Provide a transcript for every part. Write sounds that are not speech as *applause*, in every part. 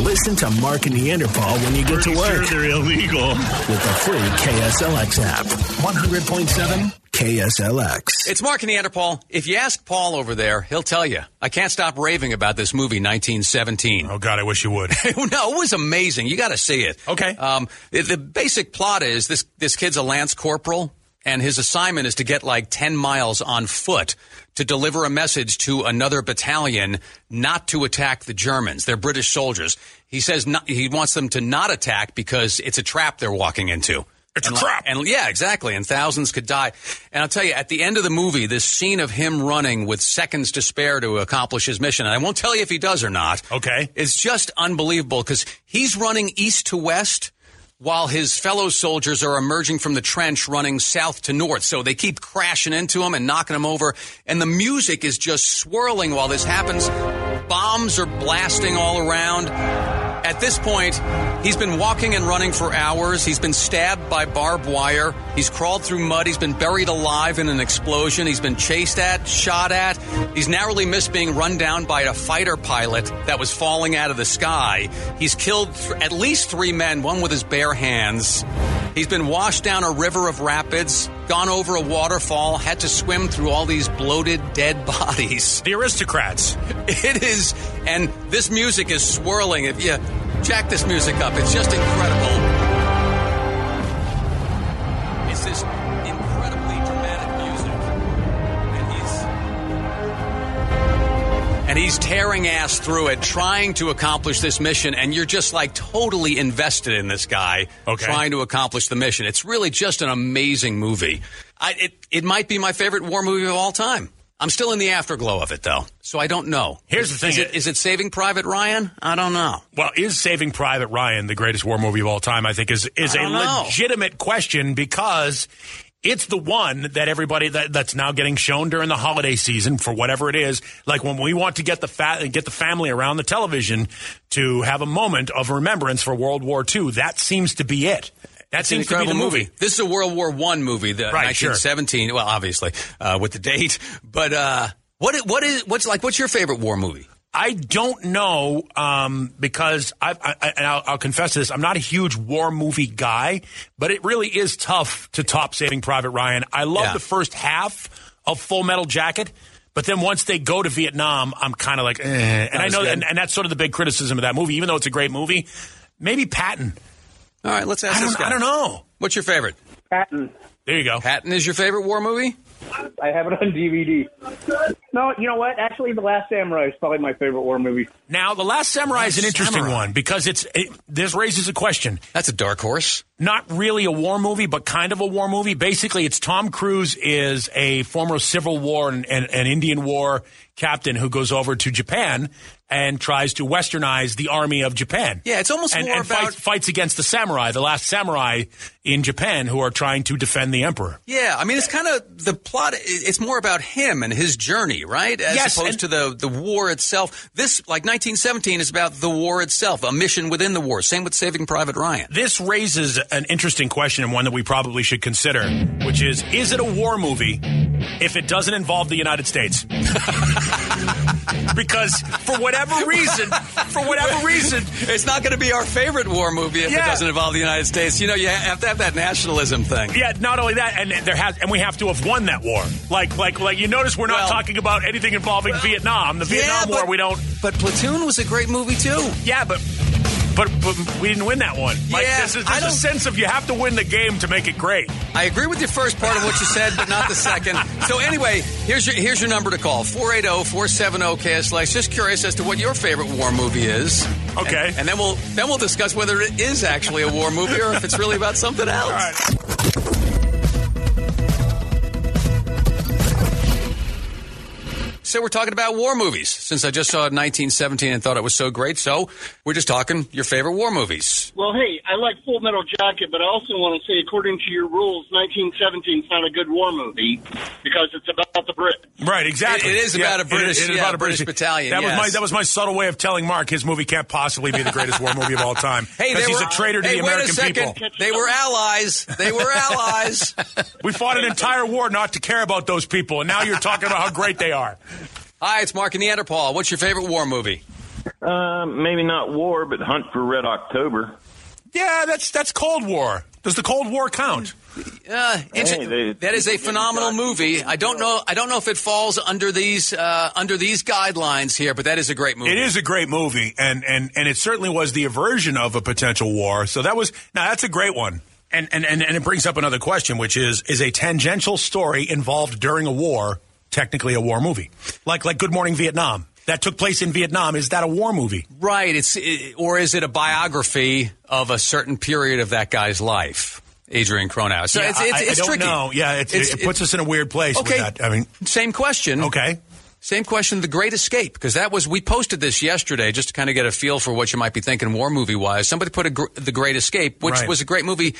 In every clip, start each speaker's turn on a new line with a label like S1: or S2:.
S1: Listen to Mark and Neanderthal when you get to
S2: Sure,
S1: work
S2: they're illegal.
S1: with the free KSLX app. 100.7 KSLX.
S3: It's Mark Neanderthal. If you ask Paul over there, he'll tell you. I can't stop raving about this movie, 1917.
S2: Oh God, I wish you *laughs* would.
S3: *laughs* no, it was amazing. You got to see it.
S2: Okay.
S3: Um, the, the basic plot is this: this kid's a lance corporal, and his assignment is to get like ten miles on foot to deliver a message to another battalion not to attack the Germans. They're British soldiers. He says not, he wants them to not attack because it's a trap they're walking into.
S2: It's a
S3: And like-
S2: trap.
S3: and yeah, exactly. And thousands could die. And I'll tell you, at the end of the movie, this scene of him running with seconds to spare to accomplish his mission, and I won't tell you if he does or not.
S2: Okay.
S3: It's just unbelievable because he's running east to west while his fellow soldiers are emerging from the trench running south to north. So they keep crashing into him and knocking him over. And the music is just swirling while this happens. Bombs are blasting all around. At this point, he's been walking and running for hours. He's been stabbed by barbed wire. He's crawled through mud. He's been buried alive in an explosion. He's been chased at, shot at. He's narrowly missed being run down by a fighter pilot that was falling out of the sky. He's killed th- at least three men, one with his bare hands. He's been washed down a river of rapids, gone over a waterfall, had to swim through all these bloated, dead *laughs* bodies.
S2: the aristocrats.
S3: *laughs* It is, and this music is swirling. If you jack this music up, it's just incredible. It's this incredibly dramatic music, and he's and he's tearing ass through it, trying to accomplish this mission. And you're just like totally invested in this guy,
S2: Okay.
S3: trying to accomplish the mission. It's really just an amazing movie. I, it it might be my favorite war movie of all time. I'm still in the afterglow of it though, so I don't know.
S2: Here's the thing.
S3: Is it, is it Saving Private Ryan? I don't know.
S2: Well, is Saving Private Ryan the greatest war movie of all time? I think is is
S3: I
S2: a
S3: don't know.
S2: legitimate question because it's the one that everybody that, that's now getting shown during the holiday season for whatever it is. Like when we want to get the fat get the family around the television to have a moment of remembrance for World War II, that seems to be it. That
S3: It's an
S2: seems to be
S3: incredible
S2: the
S3: movie.
S2: movie.
S3: This is a World War One movie, the
S2: Right, sure.
S3: 1917. Well, obviously uh, with the date, *laughs* but uh, what i- what is what's like? What's your favorite war movie?
S2: I don't know um, because I've, I, I- and I'll, I'll confess to this, I'm not a huge war movie guy, but it really is tough to top Saving Private Ryan. I love
S3: Yeah.
S2: the first half of Full Metal Jacket, but then once they go to Vietnam, I'm kind of like, eh. and I
S3: as
S2: know,
S3: good.
S2: and, and that's sort of the big criticism of that movie, even though it's a great movie. Maybe Patton.
S3: All right, let's ask
S2: I
S3: this
S2: don't,
S3: guy.
S2: I don't know.
S3: What's your favorite?
S4: Patton.
S2: There you go.
S3: Patton is your favorite war movie?
S4: I have it on *laughs* DVD. No, you know what? Actually, The Last Samurai is probably my favorite war movie.
S2: Now, The Last Samurai is an interesting
S3: Samurai.
S2: one because it's it, this raises a question.
S3: That's a dark horse.
S2: not really a war movie, but kind of a war movie. Basically, it's Tom Cruise is a former Civil War and, and, and Indian War captain who goes over to Japan and tries to westernize the army of Japan.
S3: Yeah, it's almost
S2: and,
S3: more
S2: and
S3: about-
S2: fights, fights against the samurai, the last samurai in Japan who are trying to defend the emperor.
S3: Yeah, I mean, it's kind of the plot. i- It's more about him and his journey, right? As
S2: Yes,
S3: opposed
S2: and-
S3: to the the war itself. This, like 1917, is about the war itself, a mission within the war. Same with Saving Private Ryan.
S2: This raises an interesting question and one that we probably should consider, which is: Is it a war movie if it doesn't involve the United States? *laughs* because for whatever reason, for whatever reason,
S3: *laughs* It's not going to be our favorite war movie if it
S2: Yeah.
S3: doesn't involve the United States. You know, you ha- have to have that nationalism thing.
S2: Yeah, not only that, and there has, and we have to have won that war. Like, like, like you notice we're not
S3: Well-
S2: talking about anything involving Vietnam, the Vietnam
S3: Yeah,
S2: War.
S3: but-
S2: We don't.
S3: But Platoon was a great movie too.
S2: Yeah, but. But, but we didn't win that one. Like
S3: Yeah,
S2: this is
S3: I
S2: there's a
S3: don't-
S2: sense of you have to win the game to make it great.
S3: I agree with your first part of what you said, but not the second. So anyway, here's your here's your number to call oh, 480-470-KSLX. Just curious as to what your favorite war movie is.
S2: Okay.
S3: And, and then we'll then we'll discuss whether it is actually a war movie or if it's really about something else.
S2: All right.
S3: So we're talking about war movies. Since I just saw 1917 and thought it was so great, so we're just talking your favorite war movies.
S5: Well, hey, I like Full Metal Jacket, but I also want to say, according to your rules, 1917 is not a good war movie because it's about the Brits.
S2: Right, exactly.
S3: It- it is about a British- yeah, British battalion,
S2: That
S3: yes.
S2: was my that was my subtle way of telling Mark his movie can't possibly be the greatest war movie of all time.
S3: *laughs* Hey, they
S2: because he's
S3: were,
S2: a traitor to
S3: hey,
S2: the
S3: wait
S2: American
S3: a second.
S2: people.
S3: They were allies. They were allies. *laughs*
S2: We fought an entire war not to care about those
S3: *laughs*
S2: people, and now you're talking about how great they are.
S3: Hi, it's Mark and Neanderthal. What's your favorite war movie?
S6: Uh, maybe not war, but Hunt for Red October.
S2: Yeah, that's that's Cold War. Does the Cold War count?
S3: Uh, it's-
S6: Hey, they-
S3: that is a phenomenal movie. I don't know. I don't know if it falls under these uh, under these guidelines here, but that is a great movie.
S2: It is a great movie, and and and it certainly was the aversion of a potential war. So that was now that's a great one. And and and, and it brings up another question, which is: is a tangential story involved during a war technically a war movie? Like like Good Morning Vietnam that took place in Vietnam. Is that a war movie?
S3: right. It's it, or is it a biography of a certain period of that guy's life, Adrian Cronauer? So
S2: Yeah,
S3: it's,
S2: I-
S3: it's,
S2: I,
S3: it's
S2: I don't
S3: tricky.
S2: know. Yeah, it's,
S3: It's-
S2: it, it puts us
S3: it's-
S2: in a weird place.
S3: Okay.
S2: With that. I mean,
S3: Same question.
S2: okay.
S3: Same question, The Great Escape, because that was, we posted this yesterday just to kind of get a feel for what you might be thinking war movie wise. Somebody put a, gr- The Great Escape, which
S2: Right.
S3: was a great movie.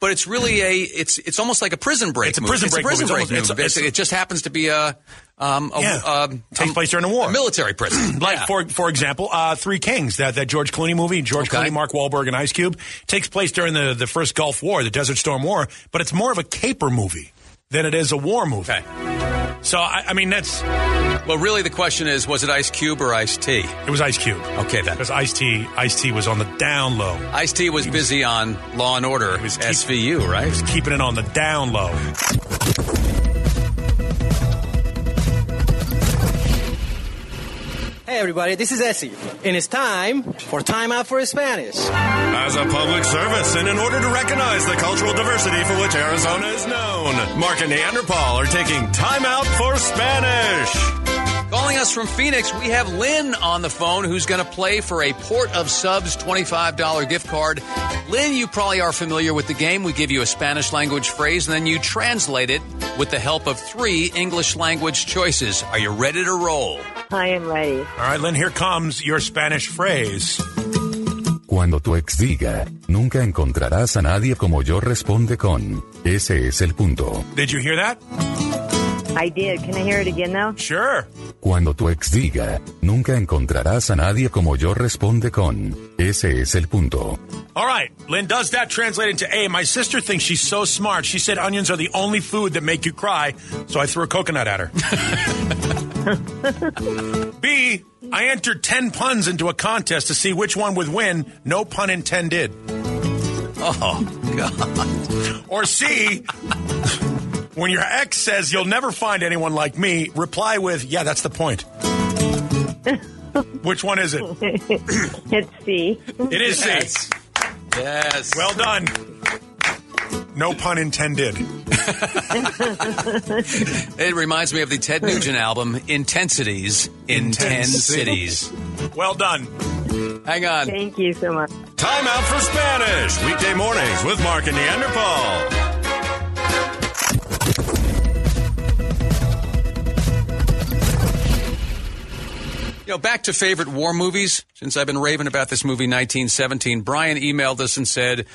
S3: But it's really a it's it's almost like a prison break.
S2: It's a
S3: movie.
S2: prison break
S3: It's a prison
S2: movie.
S3: break
S2: It's almost-
S3: movie.
S2: it's-
S3: Basically, it just happens to be a um a,
S2: Yeah.
S3: um,
S2: Takes
S3: um,
S2: place during a war.
S3: military
S2: *clears throat*
S3: prison.
S2: Like
S3: Yeah.
S2: for for example, uh, Three Kings, that that George Clooney movie, George
S3: Okay.
S2: Clooney, Mark Wahlberg, and Ice Cube, takes place during the the first Gulf War, the Desert Storm War, but it's more of a caper movie than it is a war movie.
S3: okay.
S2: So I, I mean, that's
S3: Well, really, the question is, was it Ice Cube or Ice T?
S2: it was Ice Cube.
S3: Okay, then.
S2: because Ice T Ice T was on the down low.
S3: Ice T was busy on Law and Order,
S2: was keep-
S3: SVU, right?
S2: He's keeping it on the down low.
S7: Hey everybody, this is Essie, and it's time for Time Out for Spanish.
S8: As a public service, and in order to recognize the cultural diversity for which Arizona is known, Mark and Neanderthal are taking time out for Spanish.
S3: Calling us from Phoenix, we have Lynn on the phone who's going to play for a Port of Subs $25 gift card. Lynn, you probably are familiar with the game. We give you a Spanish language phrase and then you translate it with the help of three English language choices. Are you ready to roll?
S9: I am ready.
S2: All right, Lynn, here comes your Spanish phrase.
S10: Cuando tu ex diga, nunca encontrarás a nadie como yo responde con, ese es el punto.
S2: Did you hear that?
S9: I did. Can I hear it again though?
S2: Sure.
S10: Cuando tu ex diga, nunca encontrarás a nadie como yo responde con, ese es el punto.
S2: All right, Lynn, does that translate into A? My sister thinks she's so smart. She said onions are the only food that make you cry, so I threw a coconut at
S9: *laughs*
S2: her. B, I entered 10 puns into a contest to see which one would win, no pun intended.
S3: Oh, God.
S2: Or C, when your ex says you'll never find anyone like me, reply with, yeah, that's the
S9: *laughs*
S2: point. Which one is it?
S9: It's C.
S2: It is C.
S3: Yes.
S2: Well done. No pun intended.
S3: it reminds me of the Ted Nugent album, Intensities in, 10 Cities.
S2: Well done.
S3: Hang on.
S9: Thank you so much.
S8: Time out for Spanish, weekday mornings with Mark and Neanderthal.
S3: You know, back to favorite war movies. Since I've been raving about this movie, 1917, Brian emailed us and said,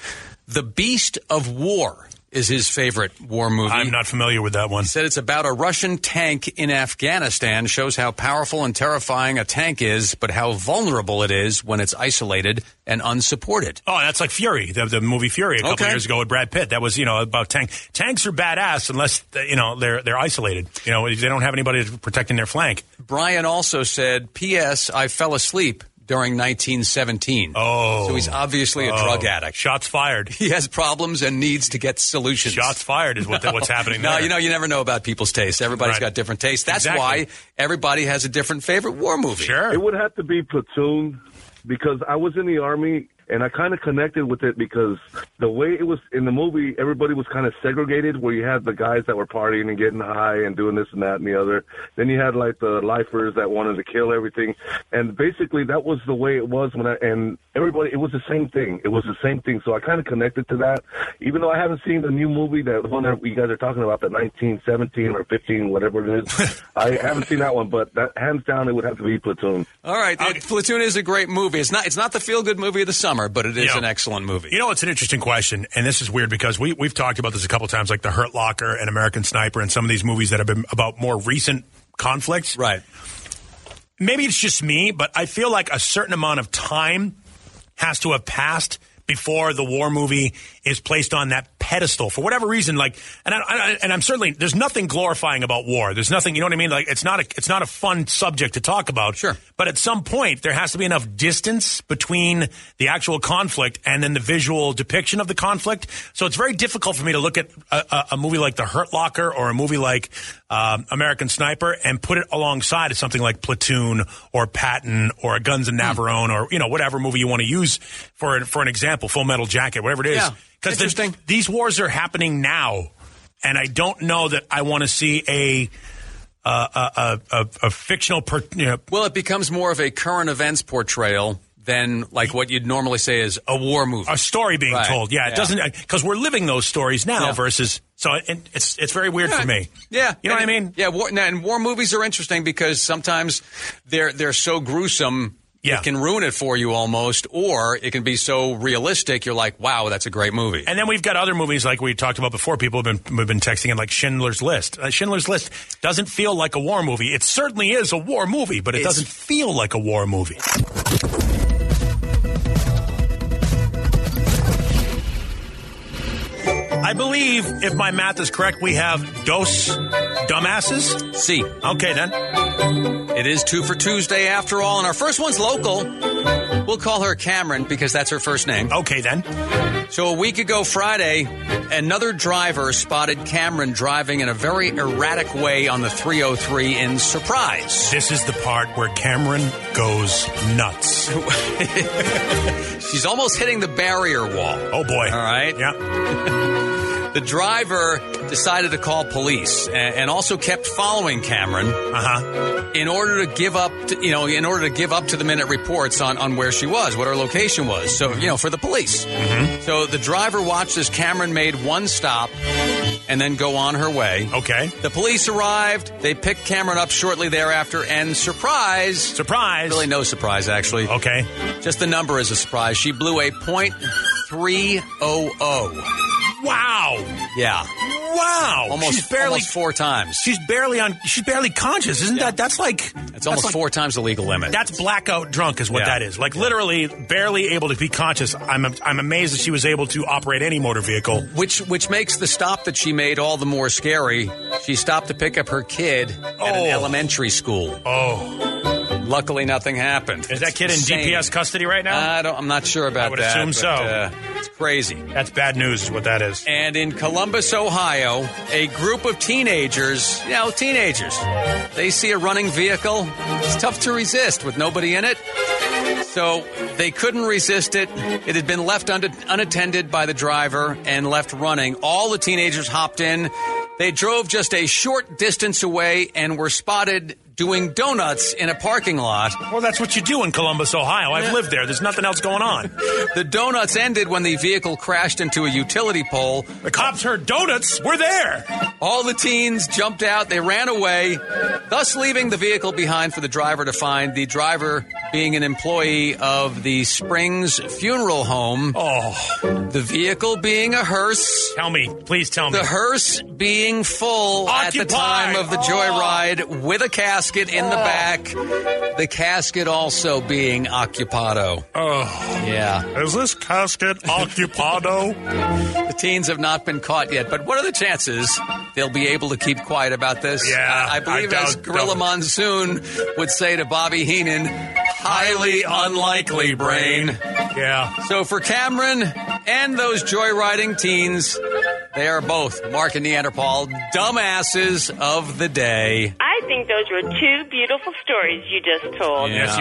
S3: "The Beast of War" is his favorite war movie.
S2: I'm not familiar with that one.
S3: Said it's about a Russian tank in Afghanistan. Shows how powerful and terrifying a tank is, but how vulnerable it is when it's isolated and unsupported.
S2: Oh, that's like Fury, the, the movie Fury a couple
S3: Okay.
S2: years ago with Brad Pitt. That was, you know, about tank. Tanks are badass unless, they- you know, they're they're isolated. You know, they don't have anybody protecting their flank.
S3: Brian also said, "P.S. I fell asleep during 1917."
S2: Oh.
S3: so he's obviously a drug
S2: Oh.
S3: addict. *laughs*
S2: Shots fired.
S3: He has problems and needs to get solutions.
S2: Shots fired is what,
S8: *laughs*
S2: what's happening
S3: No,
S2: there.
S3: you know, you never know about people's tastes. Everybody's
S2: Right.
S3: got different tastes. That's
S2: Exactly.
S3: why everybody has a different favorite war movie.
S2: Sure.
S11: It would have to be platoon because I was in the army and I kind of connected with it because the way it was in the movie, everybody was kind of segregated where you had the guys that were partying and getting high and doing this and that and the other. Then you had like the lifers that wanted to kill everything. And basically that was the way it was when I, and everybody, it was the same thing. It was the same thing. So I kind of connected to that, even though I haven't seen the new movie that the one that you guys are talking about, the 1917 or 15, whatever it
S12: *laughs*
S11: is. I haven't seen that one, but that hands down, it would have to be platoon.
S3: All right, uh, Platoon is a great movie. It's not. It's not the feel good movie of the summer, but it is
S2: Yeah.
S3: an excellent movie.
S2: You know, it's an interesting question, and this is weird because we we've talked about this a couple times, like the Hurt Locker and American Sniper, and some of these movies that have been about more recent conflicts.
S3: right?
S2: maybe it's just me, but I feel like a certain amount of time has to have passed before the war movie is placed on that pedestal for whatever reason. Like, and I, I, and I'm certainly there's nothing glorifying about war. There's nothing, you know what I mean? Like, it's not a it's not a fun subject to talk about. Sure, but at some point there has to be enough distance between the actual conflict and then the visual depiction of the conflict. So it's very difficult for me to look at a, a, a movie like The Hurt Locker or a movie like um, American Sniper and put it alongside of something like Platoon or Patton or Guns and Navarone or you know whatever movie you want to use for an, for an example, Full Metal Jacket, whatever it is.
S3: Yeah.
S2: Because these wars are happening now, and I don't know that I want to see a uh, a, a, a, a fictional. Per, you know,
S3: Well, it becomes more of a current events portrayal than like what you'd normally say is a war movie.
S2: a story being
S3: Right.
S2: told, yeah, it doesn't because we're living those stories now
S3: Yeah.
S2: versus so it, it's it's very weird for me.
S3: Yeah,
S2: You know
S3: And-
S2: what I mean?
S3: Yeah, war, now, and war movies are interesting because sometimes they're they're so gruesome. It can ruin it for you almost, or it can be so realistic. You're like, wow, that's a great movie.
S2: And then we've got other movies like we talked about before. People have been have been texting in like Schindler's List. Uh, Schindler's List doesn't feel like a war movie. It certainly is a war movie, but it doesn't feel like a war movie. I believe, if my math is correct, we have dos dumbasses.
S3: See,
S2: okay then.
S3: It is two for Tuesday after all, and our first one's local. We'll call her Cameron because that's her first name.
S2: Okay, then.
S3: So a week ago Friday, another driver spotted Cameron driving in a very erratic way on the 303 in Surprise.
S2: This is the part where Cameron goes nuts.
S3: She's almost hitting the barrier wall.
S2: Oh boy.
S3: All right.
S2: Yeah.
S3: the driver decided to call police a- and also kept following Cameron.
S2: Uh-huh.
S3: In order to give up, to, you know, in order to give up to the minute reports on on where she was, what her location was. So, you know, for the police.
S2: Mm-hmm.
S3: So the driver watched as Cameron made one stop and then go on her way.
S2: Okay.
S3: The police arrived. They picked Cameron up shortly thereafter, and surprise,
S2: surprise,
S3: really no surprise actually.
S2: Okay,
S3: just the number is a surprise. She blew a point three oh oh.
S2: Wow.
S3: Yeah.
S2: Wow.
S3: Almost
S2: She's barely-
S3: almost four times.
S2: She's barely on. She's barely conscious, isn't that? That's like
S3: It's almost
S2: like-
S3: four times the legal limit.
S2: That's blackout drunk, is what
S3: Yeah.
S2: that is. Like literally, barely able to be conscious. I'm I'm amazed that she was able to operate any motor vehicle.
S3: which which makes the stop that she made all the more scary. She stopped to pick up her kid at an elementary school.
S2: Oh.
S3: Luckily, nothing happened.
S2: Is that kid in DPS custody right now?
S3: I don't, I'm not sure about
S2: I would
S3: that.
S2: assume
S3: but,
S2: so.
S3: uh, it's crazy.
S2: That's bad news, is what that is.
S3: And in Columbus, Ohio, a group of teenagers, you know, teenagers, they see a running vehicle. It's tough to resist with nobody in it. So they couldn't resist it. It had been left un- unattended by the driver and left running. All the teenagers hopped in. They drove just a short distance away and were spotted doing donuts in a parking lot.
S2: Well, that's what you do in Columbus, Ohio. I've lived there. There's nothing else going on.
S3: The donuts ended when the vehicle crashed into a utility pole. The
S2: cops heard donuts. We're there.
S3: All the teens jumped out. They ran away, thus leaving the vehicle behind for the driver to find. The driver being an employee of the Springs Funeral Home.
S2: Oh.
S3: The vehicle being a hearse.
S2: Tell me. Please tell me.
S3: The hearse being full at the
S2: Occupied.
S3: time of the joyride with a casket in the back. The casket also being occupado.
S2: Oh.
S3: Yeah.
S2: Is this casket occupado?
S3: the teens have not been caught yet, but what are the chances they'll be able to keep quiet about this?
S2: Yeah,
S3: Uh, I believe
S2: I
S3: as
S2: doubt-
S3: Gorilla
S2: doubt it.
S3: Monsoon would say to Bobby Heenan, highly unlikely, brain.
S2: Yeah.
S3: So for Cameron and those joyriding teens, they are both Mark and Neanderthal dumbasses of the day.
S13: I think those were two beautiful stories you just told.
S3: Yeah.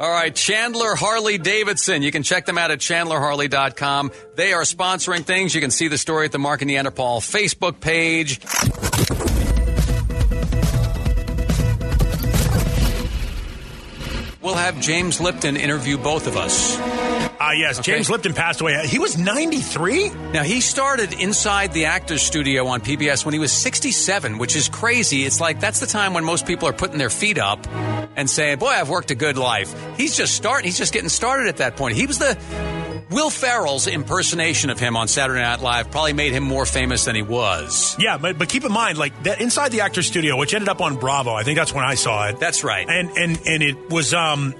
S3: All right, Chandler Harley Davidson. You can check them out at chandlerharley.com. They are sponsoring things. You can see the story at the Mark and Neanderthal Facebook page. We'll have James Lipton interview both of us.
S2: Ah, yes. James Lipton passed away. He was 93?
S3: Now, he started inside the actor's studio on PBS when he was 67, which is crazy. It's like that's the time when most people are putting their feet up and saying, Boy, I've worked a good life. He's just starting, he's just getting started at that point. He was the Will Ferrell's impersonation of him on Saturday Night Live probably made him more famous than he was.
S2: Yeah, but, but keep in mind, like that inside the actor's studio, which ended up on Bravo. I think that's when I saw it.
S3: That's right.
S2: And and and it was um,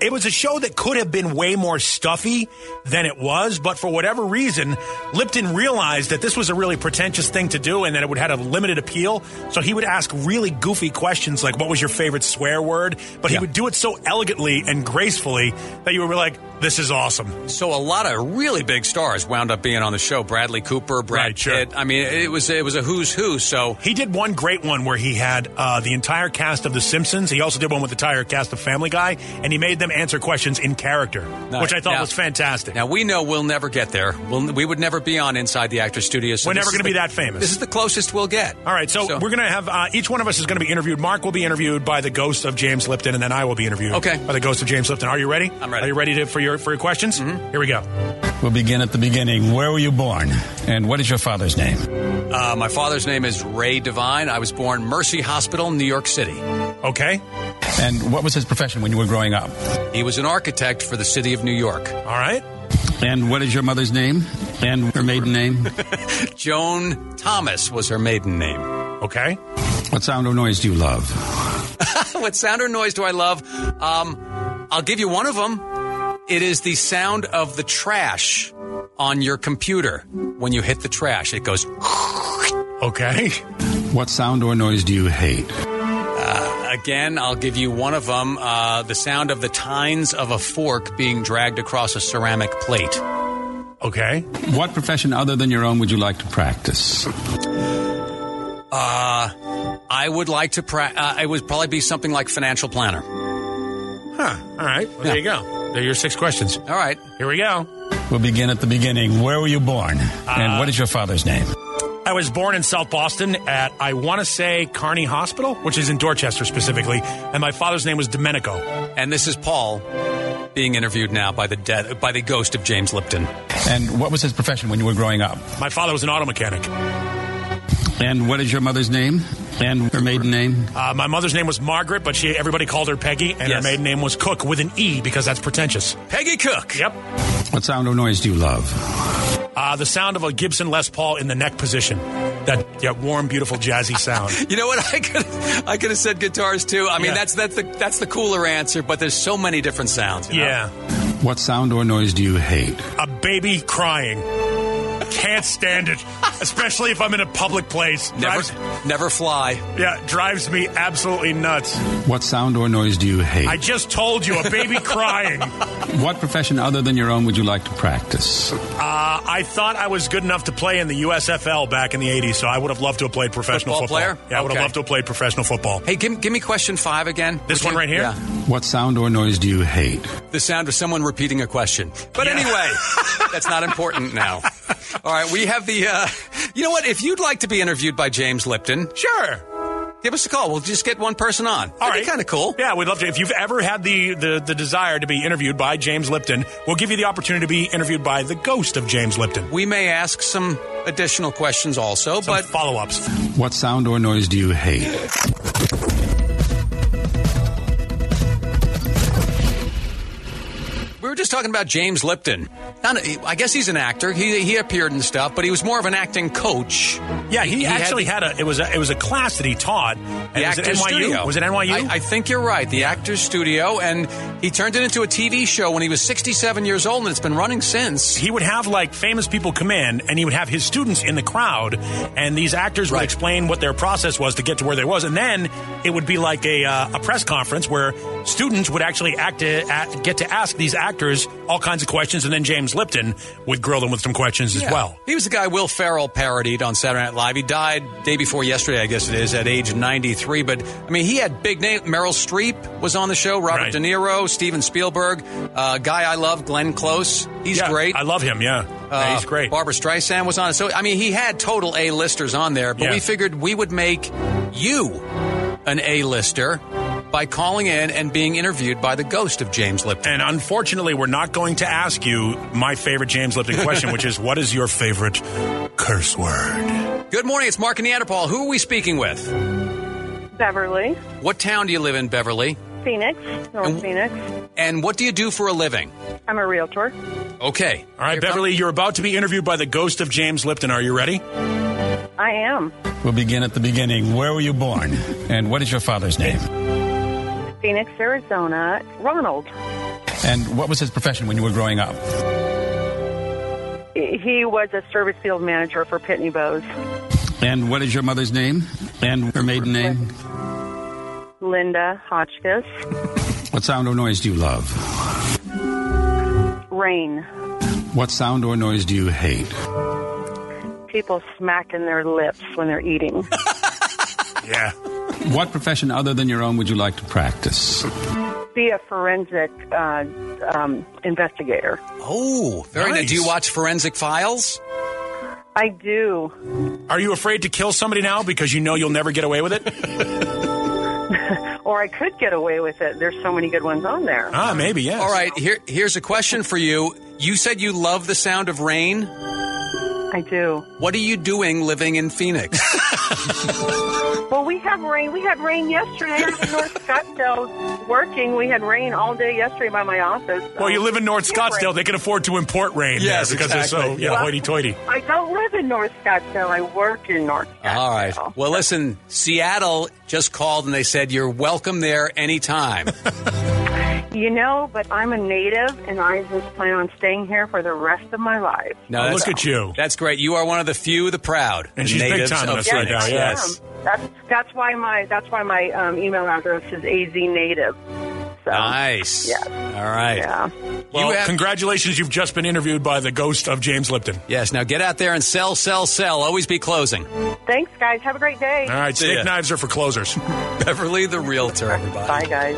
S2: it was a show that could have been way more stuffy than it was, but for whatever reason, Lipton realized that this was a really pretentious thing to do, and that it would have a limited appeal. So he would ask really goofy questions like, "What was your favorite swear word?" But he would do it so elegantly and gracefully that you were like, "This is awesome."
S3: So a lot of really big stars wound up being on the show. Bradley Cooper, Brad
S2: Right, sure.
S3: Pitt. I mean, it was it was a who's who. So
S2: He did one great one where he had uh, the entire cast of The Simpsons. He also did one with the entire cast of Family Guy, and he made them answer questions in character, which I thought
S3: Now-
S2: was fantastic.
S3: Now we know we'll never get there. We'll, we would never be on Inside the Actor Studio. So
S2: We're
S3: this
S2: never
S3: is
S2: going to be
S3: the-
S2: that famous.
S3: This is the closest we'll get.
S2: All right, so, we're going to have uh, each one of us is going to be interviewed. Mark will be interviewed by the ghost of James Lipton, and then I will be interviewed
S3: Okay.
S2: by the ghost of James Lipton. Are you ready?
S3: I'm ready. Mm-hmm.
S2: Are you ready to, for your for your questions? Here we go.
S12: We'll begin at the beginning. Where were you born? And what is your father's name?
S3: Uh, my father's name is Ray Devine. I was born Mercy Hospital, New York City.
S2: Okay.
S12: And what was his profession when you were growing up?
S3: He was an architect for the city of New York.
S2: All right.
S12: And what is your mother's name? And her maiden name?
S3: Joan Thomas was her maiden name.
S2: Okay.
S12: what sound or noise do you love?
S3: what sound or noise do I love? Um, I'll give you one of them. It is the sound of the trash on your computer. When you hit the trash, it goes.
S2: Okay. *laughs*
S12: What sound or noise do you hate?
S3: Uh, again, I'll give you one of them. Uh, the sound of the tines of a fork being dragged across a ceramic plate.
S2: Okay.
S12: What profession other than your own would you like to practice?
S3: Uh, I would like to. Pra- uh, it would probably be something like financial planner.
S2: Huh. All right. Well, There you go. There are your six questions.
S3: All right.
S2: Here we go.
S12: We'll begin at the beginning. Where were you born?
S2: Uh,
S12: and what is your father's name?
S2: I was born in South Boston at I want to say Kearney Hospital, which is in Dorchester specifically, and my father's name was Domenico.
S3: And this is Paul being interviewed now by the dead, by the ghost of James Lipton.
S12: And what was his profession when you were growing up?
S2: My father was an auto mechanic.
S12: And what is your mother's name? And her maiden name?
S2: Uh, my mother's name was Margaret, but she everybody called her Peggy, and her
S3: Yes.
S2: maiden name was Cook with an E because that's pretentious.
S3: Peggy Cook.
S2: Yep.
S12: What sound or noise do you love?
S2: Uh, the sound of a Gibson Les Paul in the neck position. That, that warm, beautiful,
S12: *laughs*
S2: jazzy sound.
S3: You know what? *laughs* I could I could have said guitars too. I mean,
S2: Yeah.
S3: that's that's the that's the cooler answer. But there's so many different sounds. you know?
S2: yeah.
S12: What sound or noise do you hate?
S2: A baby crying. Can't stand it, especially if I'm in a public place. Drives,
S3: Never never fly.
S2: yeah, drives me absolutely nuts.
S12: What sound or noise do you hate?
S2: I just told you, a baby crying. Uh,
S12: What profession other than your own would you like to practice?
S2: Uh, I thought I was good enough to play in the USFL back in the 80s, so I would have loved to have played professional
S3: Football
S2: football.
S3: player?
S2: Yeah, I would have
S3: Okay.
S2: loved to have played professional football.
S3: Hey, give give me question five again.
S2: This
S3: Would
S2: one
S3: you-
S2: right here?
S3: Yeah.
S12: What sound or noise do you hate?
S3: The sound of someone repeating a question. But
S2: *laughs*
S3: anyway, that's not important now. All right, we have the. Uh, you know what? If you'd like to be interviewed by James Lipton,
S2: Sure.
S3: give us a call. We'll just get one person on.
S2: All
S3: That'd
S2: right,
S3: be kind of cool.
S2: Yeah, we'd love to. If you've ever had the, the the desire to be interviewed by James Lipton, we'll give you the opportunity to be interviewed by the ghost of James Lipton.
S3: We may ask some additional questions also,
S2: Some
S3: but
S2: follow ups.
S12: What sound or noise do you hate?
S3: We were just talking about James Lipton. Not a- I guess he's an actor. He, he appeared in stuff, but he was more of an acting coach.
S2: Yeah, he,
S3: He had-
S2: actually had, a it was a it was a class that he taught. And
S3: The
S2: was it
S3: Actors
S2: NYU?
S3: Studio.
S2: Was it NYU?
S3: I, I think you're right. The Actors Studio, and he turned it into a TV show when he was 67 years old, and it's been running since.
S2: he would have like famous people come in and he would have his students in the crowd and these actors would
S3: Right.
S2: explain what their process was to get to where they was and then it would be like a, uh, a press conference where students would actually act to, at, get to ask these actors all kinds of questions and then james lipton would grill them with some questions as
S3: Yeah.
S2: well
S3: he was the guy Will Ferrell parodied on Saturday Night Live. He died day before yesterday, I guess it is, at age 93. But I mean, he had big name. Meryl Streep was on the show. Robert
S2: Right.
S3: De Niro, Steven Spielberg, uh, guy I love, Glenn Close. He's
S2: Yeah,
S3: great.
S2: i love him yeah, Yeah,
S3: Uh,
S2: he's great
S3: Barbara Streisand was on it. So, I mean, he had total A-listers on there, but
S2: Yeah.
S3: we figured we would make you an A-lister by calling in and being interviewed by the ghost of James Lipton.
S2: and unfortunately, we're not going to ask you my favorite James Lipton
S3: *laughs*
S2: question, which is what is your favorite curse word?
S3: Good morning. It's Mark and Neanderthal. Who are we speaking with?
S13: Beverly.
S3: What town do you live in, Beverly?
S9: Phoenix, North Phoenix.
S3: And what do you do for a living?
S9: I'm a realtor.
S3: Okay.
S2: All right, Beverly, you're about to be interviewed by the ghost of James Lipton. Are you ready?
S9: I am
S12: We'll begin at the beginning. Where were you born? And what is your father's name?
S9: Phoenix, Arizona. Ronald.
S12: And what was his profession when you were growing up?
S9: He was a service field manager for Pitney Bowes.
S12: And what is your mother's name? And her maiden name?
S9: Linda Hotchkiss.
S12: What sound or noise do you love?
S9: Rain.
S12: What sound or noise do you hate?
S9: People smacking their lips when they're eating.
S2: Yeah.
S12: What profession other than your own would you like to practice?
S9: Be a forensic uh, um, investigator.
S3: Oh, very nice. Do you watch Forensic Files?
S9: I do.
S2: Are you afraid to kill somebody now because you know you'll never get away with
S3: *laughs*
S2: it?
S9: Or I could get away with it. There's so many good ones on there.
S2: Ah,
S3: All right, here, here's a question for you. You said you love the sound of rain. I
S9: do.
S3: What are you doing living in Phoenix?
S2: *laughs*
S9: Well, we have rain. We had rain yesterday I was in North Scottsdale working. We had rain all day yesterday by my office.
S2: Well, you live in North Scottsdale. They can afford to import rain
S3: Yes,
S2: there because they're so
S3: exactly. Uh,
S2: yeah,
S3: Well-
S2: hoity-toity.
S9: I don't live in North Scottsdale. I work in North.
S3: All right. Well, listen, Seattle just called and they said you're welcome there
S2: *laughs*
S3: anytime.
S9: You know, but I'm a native, and I just plan on staying here for the rest of my life.
S3: No, look at you. That's great. You are one of the few, the proud,
S2: And she's big
S3: natives
S2: time
S3: of
S2: in us right
S3: Phoenix.
S2: now, yeah.
S3: Yes.
S9: That's that's why my that's why my um, email address is aznative.
S3: Nice.
S9: Yes.
S3: All right.
S9: Yeah.
S2: Well, congratulations. You've just been interviewed by the ghost of James Lipton.
S3: Yes. Now get out there and sell, sell, sell. Always be closing. *laughs*
S9: Thanks, guys. Have a great day.
S2: All right,
S3: See
S2: steak
S3: ya.
S2: knives are for
S3: *laughs*
S2: closers.
S3: Beverly the realtor, everybody.
S9: Bye, guys.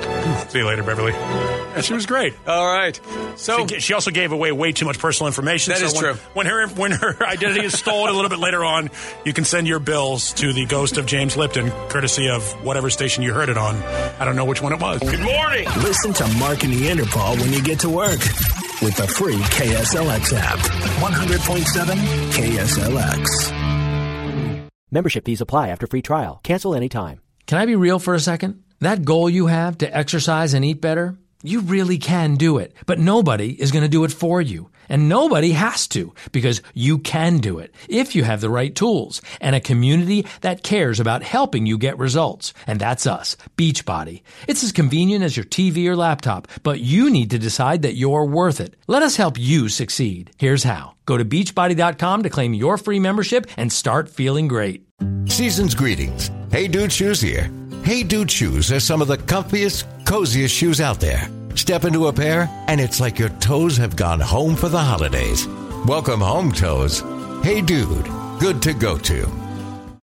S2: See you later, Beverly. Yeah, she was great.
S3: All right. So
S2: she, ga- she also gave away way too much personal information.
S3: That
S2: so
S3: is
S2: when,
S3: true.
S2: When her when her *laughs* identity is stolen a little bit later on, you can send your bills to the ghost of James Lipton, courtesy of whatever station you heard it on. I don't know which one it was. Good
S1: morning. Listen to Mark and Neanderthal when you get to work with the free KSLX app. 100.7 KSLX.
S14: Membership fees apply after free trial. Cancel anytime.
S15: Can I be real for a second? That goal you have to exercise and eat better, you really can do it. But nobody is going to do it for you. And nobody has to because you can do it if you have the right tools and a community that cares about helping you get results. And that's us, Beachbody. It's as convenient as your TV or laptop, but you need to decide that you're worth it. Let us help you succeed. Here's how. Go to beachbody.com to claim your free membership and start feeling great.
S16: Season's greetings. Hey Dude Shoes here. Hey Dude Shoes are some of the comfiest, coziest shoes out there. Step into a pair, and it's like your toes have gone home for the holidays. Welcome home, toes. Hey Dude, good to go to.